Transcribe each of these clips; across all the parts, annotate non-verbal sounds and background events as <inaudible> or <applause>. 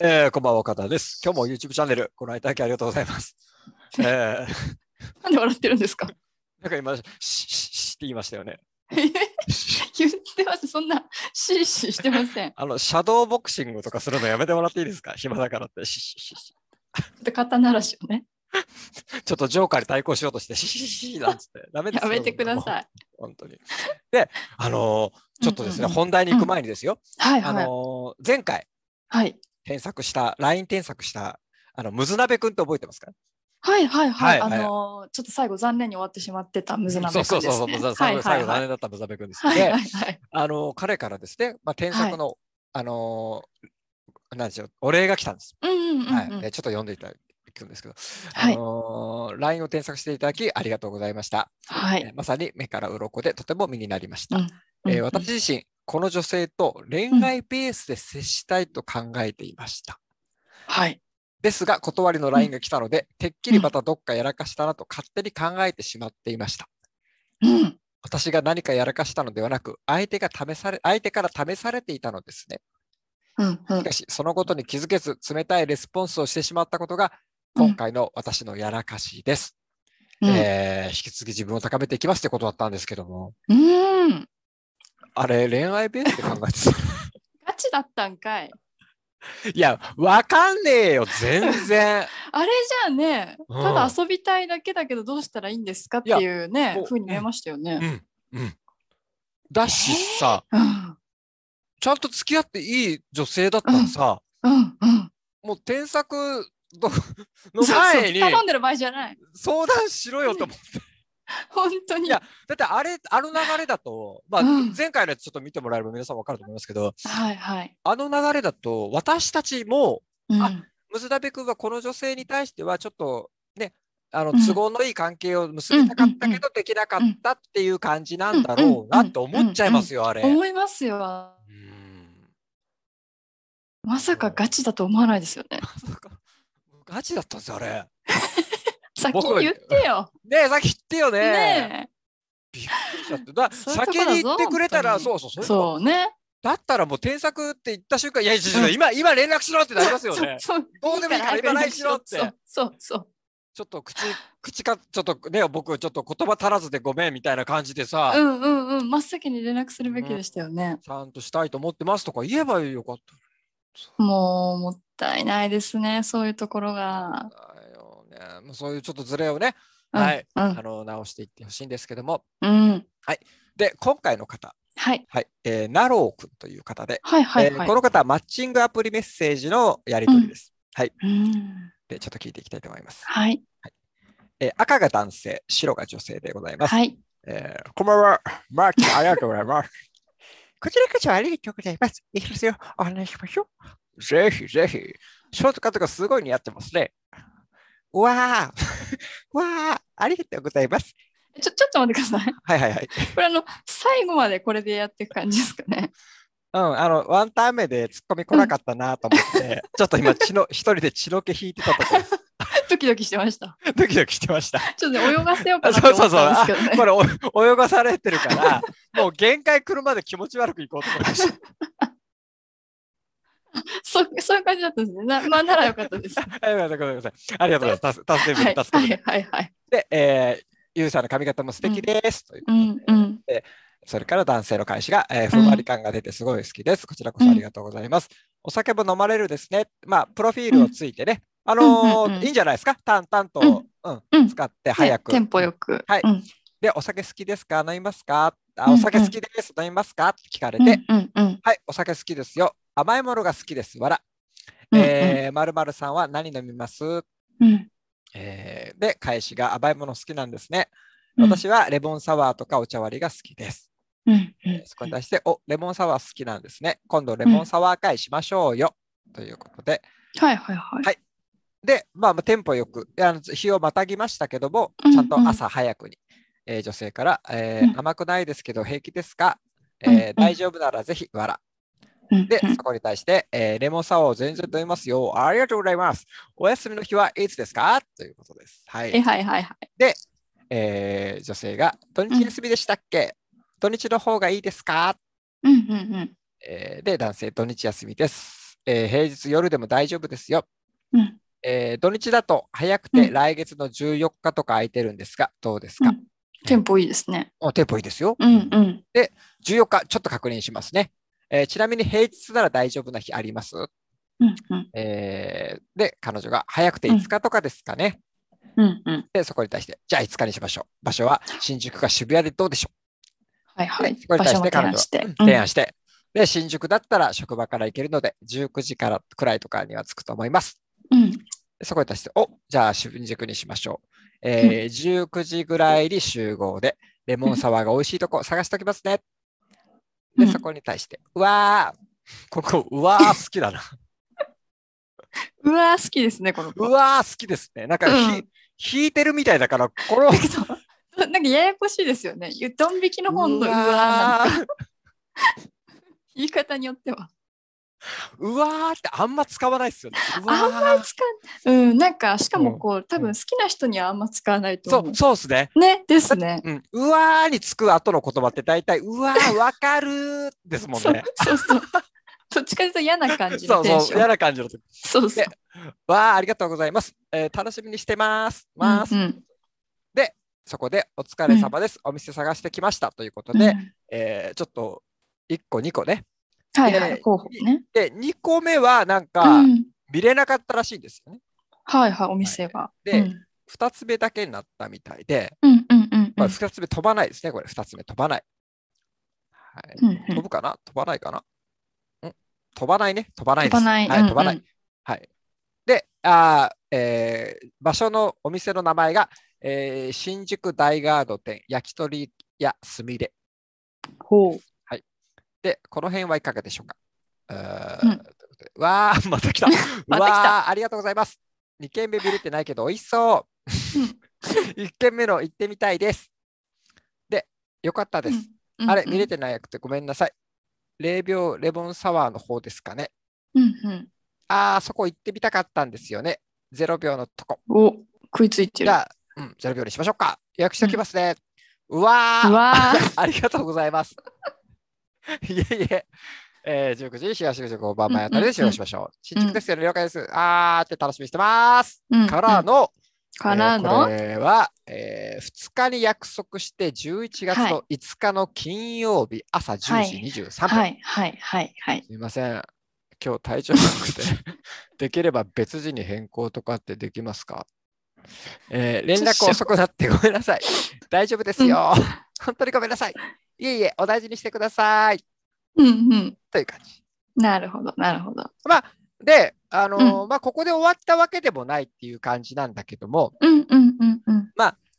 えー、こんばんは、岡田です。今日も YouTube チャンネルご覧いただきありがとうござい <laughs> ます。えー、なんで笑ってる <laughs> んですかなんか今、シッシッシッって言いましたよね。言ってます。そんな、シーシーしてません。ちょあの、シャドーボクシングとかするのやめてもらっていいですか暇だからって、シッシッシッシっと肩慣らしをね、ッちょっとジョーカーに対抗しようとして、シッシッシッなんつって、ダメですやめてくだい。さい。本当に。で、あのーちょっとですね、うんうんうん本題に行く前にですよ、はいあはい。のー前回はい添削した、LINE 添削した、あの、むずなべくんって覚えてますかはいはいはい。はあいはいのーちょっと最後残念に終わってしまってたムズナそメうそ君うでそうすそう、ね。むずなはい最後は最い後残はい。念だったむずなべくんです。はいではいはい。あの彼からですね、まあ、添削の、あのなんでしょうお礼が来たんです。うんうんうんうん。はい、でちょっと読んでいただくんですけど、はいあの LINE を添削していただきありがとうございました。はえい。まさに目から鱗でとても身になりました。うんえーうん私自身、この女性と恋愛ベースで接したいと考えていました。はい。ですが、断りの LINE が来たので、てっきりまたどっかやらかしたなと勝手に考えてしまっていました。うん。私が何かやらかしたのではなく、相手が試され、相手から試されていたのですね。うんうんしかし、そのことに気づけず、冷たいレスポンスをしてしまったことが、うん今回の私のやらかしです。うんえー引き続き自分を高めていきますってことだったんですけども、うん。あれ、恋愛ベースで考えてガチだったんかい。た。 <laughs> いや、わかんねえよ、全然。あれじゃあね、うんただ遊びたいだけだけどどうしたらいいんですかっていういやねお、ふうに見えましたようね。ん、うん。だしさ、うん。ちゃんと付き合っていい女性だったらさ、うんうん。もう添削の <laughs> のそうそう前に頼んでる場合じゃない。相談しろよと思って。本当に。いやだってあれ、あの流れだと、まあうん、前回のやつちょっと見てもらえれば皆さんわかると思いますけど、はいはい。あの流れだと、私たちも、うんあムズダベ君はこの女性に対しては、ちょっとね、あのうん都合のいい関係を結びたかったけど、できなかったっていう感じなんだろうなって思っちゃいますよ、あれ。思いますよ。うんまさかガチだと思わないですよね。そうかガチだったんですよ、あれ。先僕はに言ってよ。ねえ、先言ってよね。ねびっくりしちゃって。だそういうとこ先だぞに言ってくれたら、本当そうそうそえ。うそうね。だったらもう添削って言った瞬間、いやいやいやうん今、今連絡しろってなります <laughs> よね。そう。そうどうでもいいから今 LINE しろって。そうそうそう。ちょっと口、口か、ちょっとね、僕、ちょっと言葉足らずでごめんみたいな感じでさ、うんうんうん。真っ先に連絡するべきでしたよね。ちゃんとしたいと思ってますとか言えばよかっもうもったいないですね。そういうところが。ただよね。もうそういうちょっとズレをね、うんはい。うあん。の、直していってほしいんですけども。うん。で、今回の方、はい。はい、えー、ナロー君という方で、はいはいえはーいこ。の方はマッチングアプリメッセージのやり取りです。うん。で、ちょっと聞いていきたいと思います。はい。えー赤が男性、白が女性でございます。はい。えーこんばんは。マーキー、ありがとうございます。こちらこそありがとうございます。いきますよ。お話ししましょう。ぜひぜひ。ショートカットがすごい似合ってますね。うわあ。うわあ。ありがとうございます。ちょ、ちょっと待ってください。はいはいはい。これあの、最後までこれでやっていく感じですかね。 <laughs> うん、あの、ワンターン目でツッコミ来なかったなと思って、 <laughs> ちょっと今、血の、一人で血の気引いてたとこです。ドキドキしてました。 <laughs> ドキドキしてました。ちょっとね、泳がせようかあなそとうそう思っそう。たんあですけどね。これお、泳がされてるから、もう限界来るまで気持ち悪くいこうと思いました。そうそういう感じだったんですね。なまあ、ならよかっ <laughs> たです。はありがとうございます。ありがとうございます。助い、助けてはくれて助けてくれてい、はい、はい。で、えー、ゆうさんの髪型も素敵です。といううん、うん。それから男性の返しが、えー、ふんわり感が出てすごい好きです。こちらこそありがとうございます。お酒も飲まれるですね。まあ、プロフィールをついてね。あのーうんうんうんいいんじゃないですか。淡々と、うん、うん使って早く。ねテンポよく。はいうん、で、お酒好きですか飲みますかうんあうんお酒好きです、飲みますかって聞かれて、うん、うん、はい、お酒好きですよ。甘いものが好きです。わら。うんえー、まるさんは何飲みますうん。えーで、返しが甘いもの好きなんですね。うん私はレモンサワーとかお茶割りが好きです。うん、うえんーそこに対して、お、レモンサワー好きなんですね。今度レモンサワー会しましょうよ。ということで。はい、はい、はい。で、まあ、まあテンポよく、あの日をまたぎましたけども、うんちゃんと朝早くに、えー女性から、えーうん甘くないですけど平気ですか、うんうえーん大丈夫ならぜひ、わら。うんでう、んそこに対して、えーレモンサワーを全然飲みますよ。ありがとうございます。お休みの日はいつですかということです。はい。え、はい、はい、はい。えー女性が「土日休みでしたっけ、土日の方がいいですかうん、うん、うん。えーで男性「土日休みです」えー平日夜でも大丈夫ですよ。うんえー土日だと早くてうん来月の14日とか空いてるんですが、どうですうか、んテンポいいですね。おテンポいいですよ。うんうん。 14日、ちょっと確認しますね。えーちなみに平日なら大丈夫な日あります、うんうんえーで、彼女が早くて5日とかですかね。うんうん。で、そこに対して、じゃあ5日にしましょう。場所は新宿か渋谷でどうでしょはいはい。うこれに場対所しもて提彼案女しては。うん提案して。で、新宿だったら職場から行けるので、19時からくらいとかには着くと思います。うんうん。でそこに対して、おじゃあ新宿にしましょう。えー19時ぐらいに集合で、レモンサワーが美味しいとこ探しておきますね。うで、んそこに対して、うわー、ここ、うわー、好きだな。うわー好きですね、このう子。わー、好きですね。なんかひ、うん <laughs> 引いてるみたいだから、この、なんかそうなんかややこしいですよね。ゆドン引きの方のうわーなんかー、言い方によっては。うわーってあんま使わないですよね。うわーあんまり使う。うん、なんかしかもこう、多うん分好きな人にはあんま使わないとそ思う、そうですね。う。ね、ですね。うん、うわーにつく後の言葉って大体、うわー、わかるー <laughs> ですもんそうね。そうそう。 <laughs> どっちかというと嫌な感じそのうテンシそう、嫌ョン。な感じの時。そうそう。わあ、ありがとうございます。えー楽しみにしてます。ますうんうんそこで、お疲れ様です、お店探してきましたということで、うんえーちょっと1個、2個ね。はいはでい、候補ね。で、2個目はなんうか、ん。見れなかったらしいんですよね。はいはい、お店が。でうん2つ目だけになったみたいで、うんうんうんまあ、2つ目飛ばないですね、これ。2つ目飛ばない。はい、うんうん飛ぶかな飛ばないかなん飛ばないね。飛ばない飛です。ばない。はい、うん飛ばない。。はい。で、あーえー場所のお店の名前が、えー新宿大ガード店焼き鳥屋すみれ。ほう。で、この辺はいかがでしょうかあうーんということでわあ、また <laughs> 来た。また来たわあ、ありがとうございます。2軒目見れてないけど、美味しそう。1軒目の行ってみたいです。で、よかったです。うんあれ、見れ。てなくてごめんなさい。0秒レモンサワーの方ですかね。うんうん。ああ、そこ行ってみたかったんですよね。0秒のとこ。お、食いついてじる。ゃあ、うん、0秒にしましょうか。予約しておきますね。うわーうわ <laughs> ーありがとうございます。 <laughs> いえいえ。えー、19時、東口5番前あたりで使用しましょう。新宿ですよね、了解です。あーって楽しみにしてます。うんうんからの、からえのーこれは、え2日に約束して、11月の5日の金曜日、朝10時23分。はいはいはいはい。すみません。今日体調悪くて、 <laughs> できれば別時に変更とかってできますか、えー連絡遅くなってごめんなさい。大丈夫ですよ。本当にごめんなさい。いえいえ、お大事にしてください。うんうん。という感じ。なるほどなるほど。で、あのーまあ、ここで終わったわけでもないっていう感じなんだけども、うんうんうんうん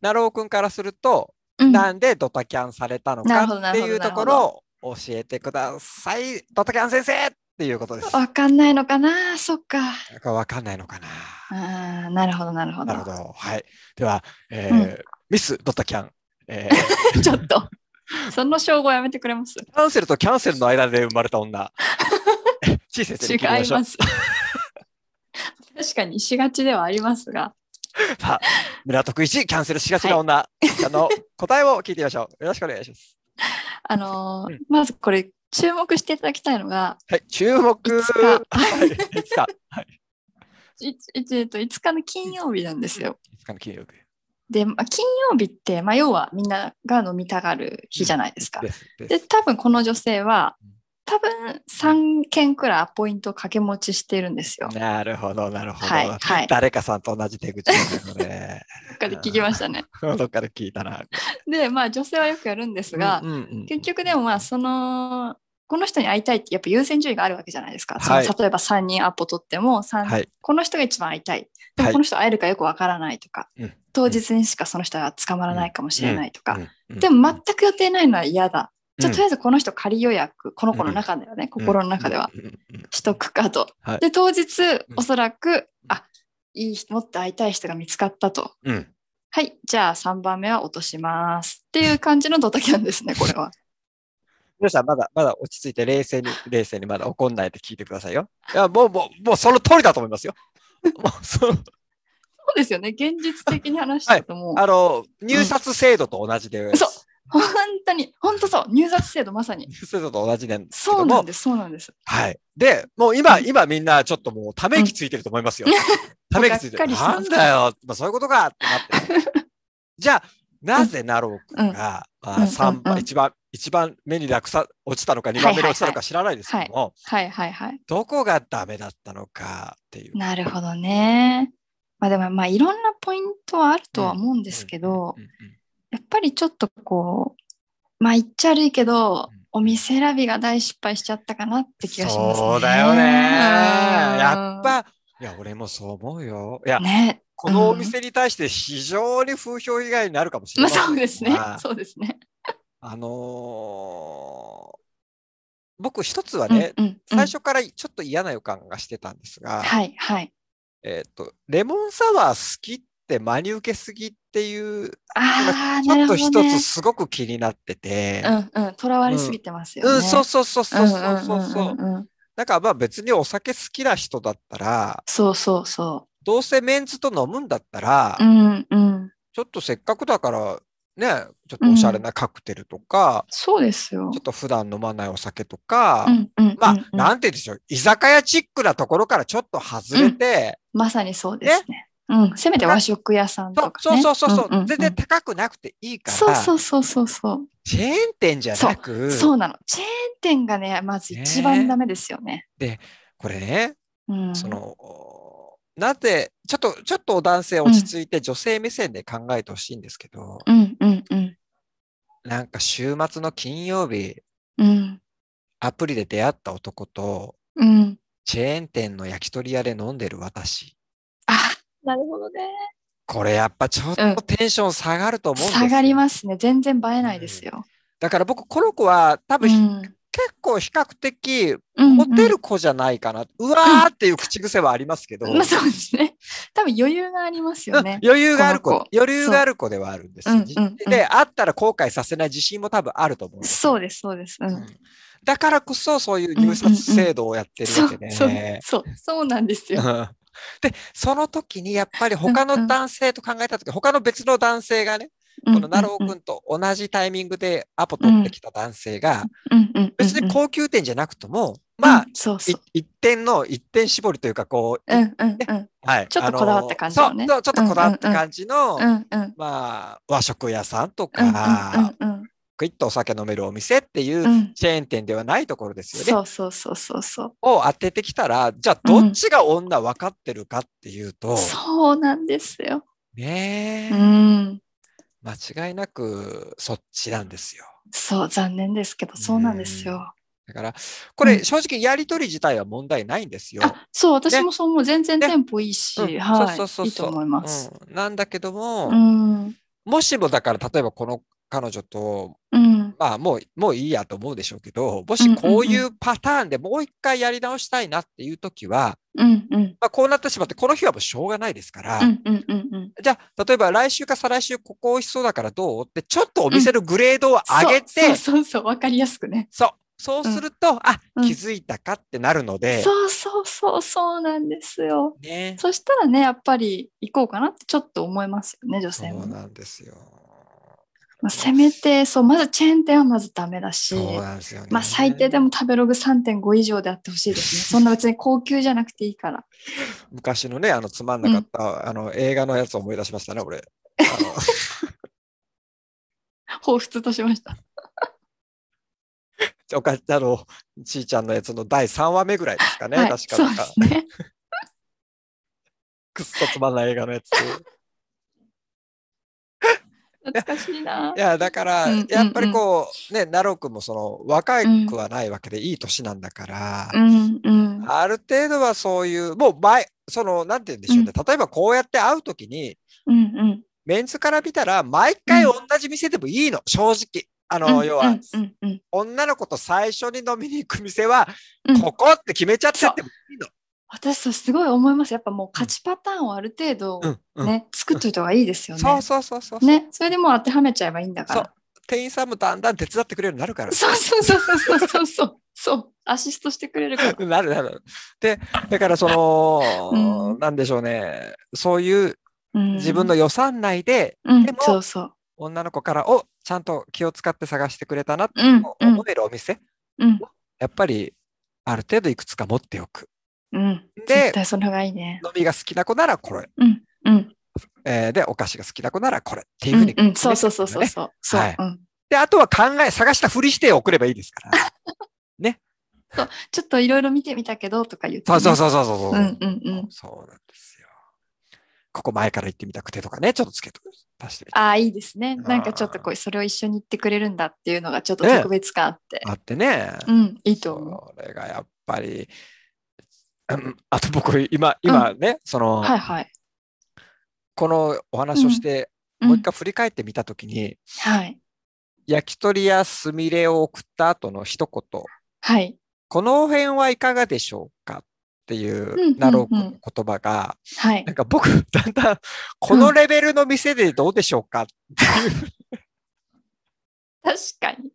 成尾君からすると、うん。なんでドタキャンされたのかっていうところを教えてください。ドタキャン先生っていうことです。わかんないのかなそっか。なんかわかんないのかな。あーなるほどなるほなどるほ。ど。はい。では、えーうミスドットキャン。えー <laughs> <laughs> ちょっと。その称号やめてくれますキャンセルとキャンセルの間で生まれた <laughs> 女。ちい先生に違聞きまいしょうま。す。 <laughs> 確かにしがちではありますが。さあ、港区一キャンセルしがちな女、あの答えを聞いてみましょう。よろしくお願いします。あのーうんまずこれ注目していただきたいのがはい、注目。いつかはい、いつ <laughs> か。はい、いちいちえっと5日の金曜日なんですよ。いつかの金曜日で、まあ、金曜日って、まあ、要はみんなが飲みたがる日じゃないですか。です。でです多分この女性はうん多分3件くらいアポイントを掛け持ちしてるんですよ。なるほど、なるほど。はいはい誰かさんと同じ手口なの <laughs> で、どっかで聞きましたね。どっかで聞いたな。でまあ女性はよくやるんですが、うんうんうん結局でもまあそのこの人に会いたいってやっぱ優先順位があるわけじゃないですか。はいその例えば3人アポ取っても、三はい、この人が一番会いたい。でもはいこの人会えるかよくわからないとか、うん当日にしかその人は捕まらないかもしれないとか、うんでも全く予定ないのは嫌だ。じゃあとりあえずこの人仮予約、この子のうん中ではね、心の中では、うんうんうんしとくかと。はいで当日おそらく、あいい人もっと会いたい人が見つかったと。うん。はい、じゃあ3番目は落とします。っていう感じのドタキャンで <laughs> すね、これは。皆さん、まだ、まだ落ち着いて、冷静に、冷静に、まだ怒んないで聞いてくださいよ。いや、もう、もう、もう、その通りだと思いますよ。 <laughs> もう、その、そうですよね、現実的に話したともう、あの、入札制度と同じで、そう本当に、本当そう、入札制度まさに。そういうのと同じなんですけそどうなもん。です、そうなんです。はい。で、もう今、今みんなちょっともうため息ついてると思いますよ。ため息ついてる。もうがっなんかりしてますだよ、まあ、そういうことかってなって。 <laughs> じゃあ、なぜなろうかが、まうんうあ、ん三う番、ん一番、一番目に落差落ちたのか、二番目に落ちたのか知らないですけども、はいはいはい。どこがダメだったのかっていう。なるほどね。まあでも、まあいろんなポイントはあるとは思うんですけど、うんうんやっぱりちょっとこう、まあ言っちゃ悪いけど、うんお店選びが大失敗しちゃったかなって気がしますね。そうだよね。やっうん。ぱ、いや、俺もそう思うよ。いや、ね。このお店に対して非常に風評被害になるかもしれまなあい。そうですねは。いそうですね。あのー僕一つはね、うんうんうん最初からちょっと嫌な予感がしてたんですが、はいはい。えっ、と、レモンサワー好きって真に受けすぎっていう、ああ、ちなょっるとほ一ど、ねつ。すごく気になってて、うんうん。とらわれすぎてますよね。うん、そうそうそうそうそうそうそう。んうんうんうんだからまあ別にお酒好きな人だったら、そうそうそどうせメンズと飲むんだったら、う。うんうん。ちょっとせっかくだから、ね、ちょっとおしゃれなカクテルとか、そうですよちょっ。と普段飲まないお酒とか、うんうんうんまあ、うんなんて言うんでしょう、居酒屋チックなところからちょっと外れて、まさにそうですね。うん。せめて和食屋さんとか、そうね。そうそうそう、んんん全然高くなくていいから、そうそうそうそうそう。チェーン店じゃなく、そうなの。チェーン店がね、まず一番ダメですよね。これね、うん。その、おなぜ、ちょっと、ちょっとお男性落ち着いて女性目線で考えてほしいんですけど、うんうんうん。なんか週末の金曜日、うん。アプリで出会った男と、うん。チェーン店の焼き鳥屋で飲んでる私。あ、なるほどね。これやっぱちょっうんとテンション下がると思うんですよ、下がりますね。全然映えないですよ。だから僕、この子は多う分、ん。結構比較的うんモテる子じゃないかな。うわーっていう口癖はありますけど、まあ <laughs> そうですね。多分余裕がありますうよんね <laughs> 余。裕がある子この子余裕がある子ではあるんですよ。うんうんうんで、あったら後悔させない自信も多分あると思うんですよそうです、そうです。うん。うんだからこそそういう入札制度をやってるそわうけで、そうそうそうなんですよ。うん <laughs> で、その時にやっぱり他うんうのん男性と考えた時、他の別の男性がね、この奈良うんうん君と同じタイミングでアポ取ってきた男性が、うんうんうんうん別に高級店じゃなくとも、まあ、うんそういそう。一点の一点絞りというかこう、うんうんうんはい、ちょっとあのこだわった感じのねそうそうちょっとこだわった感じの、うんうんまあ、和食屋さんとうんか、うんうん。クイッとお酒飲めるお店っていううんチェーン店ではないところですよね。そうそうそうそうそう。を当ててきたらじゃあどっちが女分かってるかっていうと、そうなんですよ。ねえうん。間違いなくそっちなんですよ。そう、残念ですけど、そうなんですよ。だからこうれん正直やりとり自体は問題ないんですよ。あ、そう、私ねもそう思う。全然ねテンポいいし、うんはそうそうそうそい。ういいと思います。うんなんだけども、うん。もしもだから例えばこの彼女とうん。まあもう、もういいやと思うでしょうけど、もうんしうんうんこういうパターンでもう一回やり直したいなっていう時は、うんうん。まあこうなってしまって、この日はもうしょうがないですから、うんうんうんうん。じゃあ、例えば来週か再来週ここ美味しそうだからどうって、ちょっとお店のグレードを上げて、そうそうそう、わかりやすくね。そう、そうすると、あ、うん気づいたかってなるので、そうそうそう、そうなんですよ。ね。そしたらね、やっぱり行こうかなってちょっと思いますよね、女そ性もうね。なんですよ。まあ、せめて、そう、まずチェーン店はまずダメだし、そうなんですよね。まあ最低でも食べログ3.5以上であってほしい <laughs> ですね。そんな別に高級じゃなくていいから。昔のね、あの、つまんなかった、あの、映画のやつを思い出しましたね、 <laughs> 俺。あの彷彿としました。おかあの、ちいちゃんのやつの第3話目ぐらいですかね、はい、確かそうなでんか <laughs> す、ね。くっそつまんない映画のやつ。懐かしいな。いや、だから、うんうんうんやっぱりこう、ね、奈良くんもその、若いくはないわけで、いい年なんだから、うんうん。ある程度はそういう、もう前、その、なんて言うんでしょうね、例えばこうやって会うときに、うんうん。メンズから見たら、毎回同じ店でもいいの、正直。あの、うん要は、うんうん女の子と最初に飲みに行く店は、うんここって決めちゃってってもいいの。私そうすごい思います。やっぱもう勝ちパターンをある程度うんうんね、作っといた方がいいですよね。そうそうそうそう。ね、それでもう当てはめちゃえばいいんだから。店員さんもだんだん手伝ってくれるようになるから。そうそうそうそうそうそうそう。そう。アシストしてくれるから。なるなる。で、だからその、うんなんでしょうね、そういううん自分の予算内で、うんでもそうそう。女の子から、おちゃんと気を使って探してくれたなってうん、うん思、えるお店、うん、やっぱりある程度いくつか持っておく。うん。で絶対その方がいいね。飲みが好きな子ならこれ、うん、うん、えーで、お菓子が好きな子ならこれっていううふうんに、、うん、そうそうそうそうねそう。そうはいうんで、あとは考え、探したふりして送ればいいですから。ちょっといろいろ見てみたけどとか言って、そうそううそうそうそうそう。んうんうん。そうなんですよ。ここ前から行ってみたくてとかね、ちょっとつけと足してみて。ああ、いいですね。なんかちょっとこう、それを一緒に行ってくれるんだっていうのがちょっと特別感あって。あってね。うん、いいと思。それがやっぱり、うんあと僕、今、今ね、そうの、はいはい。このお話をして、うんもう一回振り返ってみたときに、はい。焼き鳥屋すみれを送った後の一言、はい。この辺はいかがでしょうかっていんうんうう、んなろうくの言葉が、はいな。んか僕、だんだん、このレベルの店でどうでしょうか <laughs> っていう、確かに。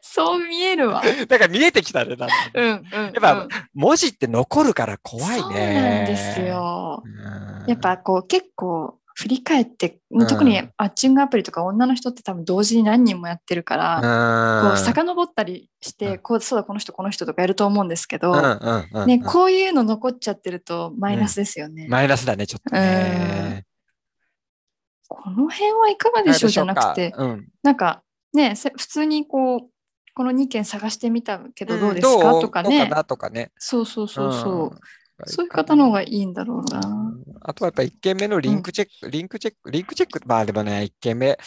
そう見え <laughs> るわ。うなんか見えてきたね、なんかねんうん、うん。やっぱ文字って残るから怖いね。そうなんです。よ。うんやっぱこう結構振り返って、うん特にマッチングアプリとか女の人って多分同時に何人もやってるから、こううん遡ったりして、うんこうそうだこの人この人とかやると思うんですけど、うんうんうんうんね、こういうの残っちゃってるとマイナスですよね。マイナスだね、ちょっとね。この辺はいかがでしょうじゃなくて、うんなんかね、せ普通にこう、この2件探してみたけどどうですんかどうとかどうねか。なとかね。そうそうそうそう。んそういう方の方がいいんだろうな。あとはやっぱ1件目のリンクチェック、リンクチェック、リンクチェック、まあでもね、1件目、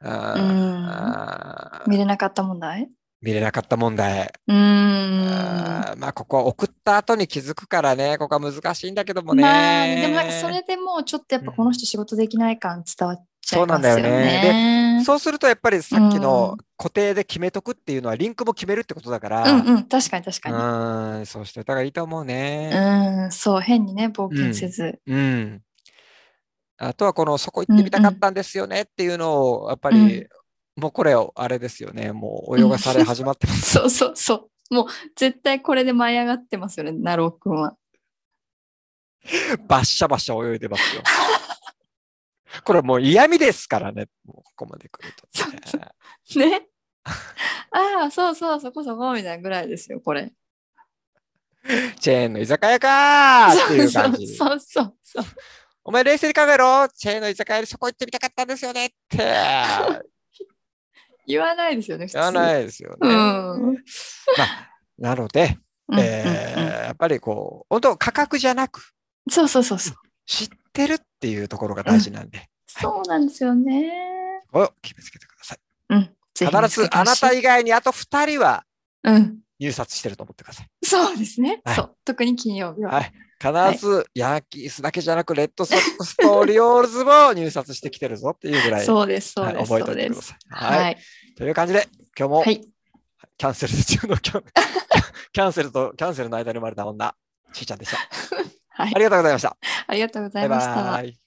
あうーん。あー見れなかった問題見れなかった問題。うーん。あーまあ、ここは送った後に気づくからね、ここは難しいんだけどもね。まあ、でもなんかそれでもうちょっとやっぱこの人仕事できない感伝わっちゃいますよね。そうなんだよね。そうするとやっぱりさっきうのん固定で決めとくっていうのはリンクも決めるってことだから、うんうん、確かに確かに。うんそうしてた方がいいと思うね。うん、そう、変にね、冒険せず。うん。あとはこのそこ行ってみたかったんですよねっていうのをやっぱうりんもうこれをあれですよねもう泳がされ始まってます。 <laughs> そうそうそう。もう絶対これで舞い上がってますよね、ナロー君は。 <laughs> バッシャバシャ泳いでますよ。これもう嫌味ですからねもうここまで来るとね、そ <laughs> うね。ああ、そうそう、そこそこみたいなぐらいですよ、これ。チェーンの居酒屋かーっていう感じ。そうそうそうそう。お前冷静に考えろチェーンの居酒屋でそこ行ってみたかったんですよね <laughs> って言わないですよね、普通。言わないですよね。うんまあ、なので、うんうんうんえーやっぱりこう本当価格じゃなくそうそうそうそう。知ってるっていうところが大事なんで、そうなんですよね。これを決めつけてください。うん。ぜひ見つ必けずてあほなしいた以外にあと2人はうん。入札してると思ってください。そうですね。はいそう。特に金曜日は。はい必ずヤンキースだけじゃなく、レッドソックスとオリオールズも入札してきてるぞっていうぐらい、そうです、そうはい、です、覚えておそういてでくだす。さい。はいはい。という感じで、今日もはい。キャンセル中のキ <laughs> ャンキャンセルとキャンセルの間に生まれた女、ちーちゃんでした。はいありがとうございました。ありがとうござバイいました。バイ。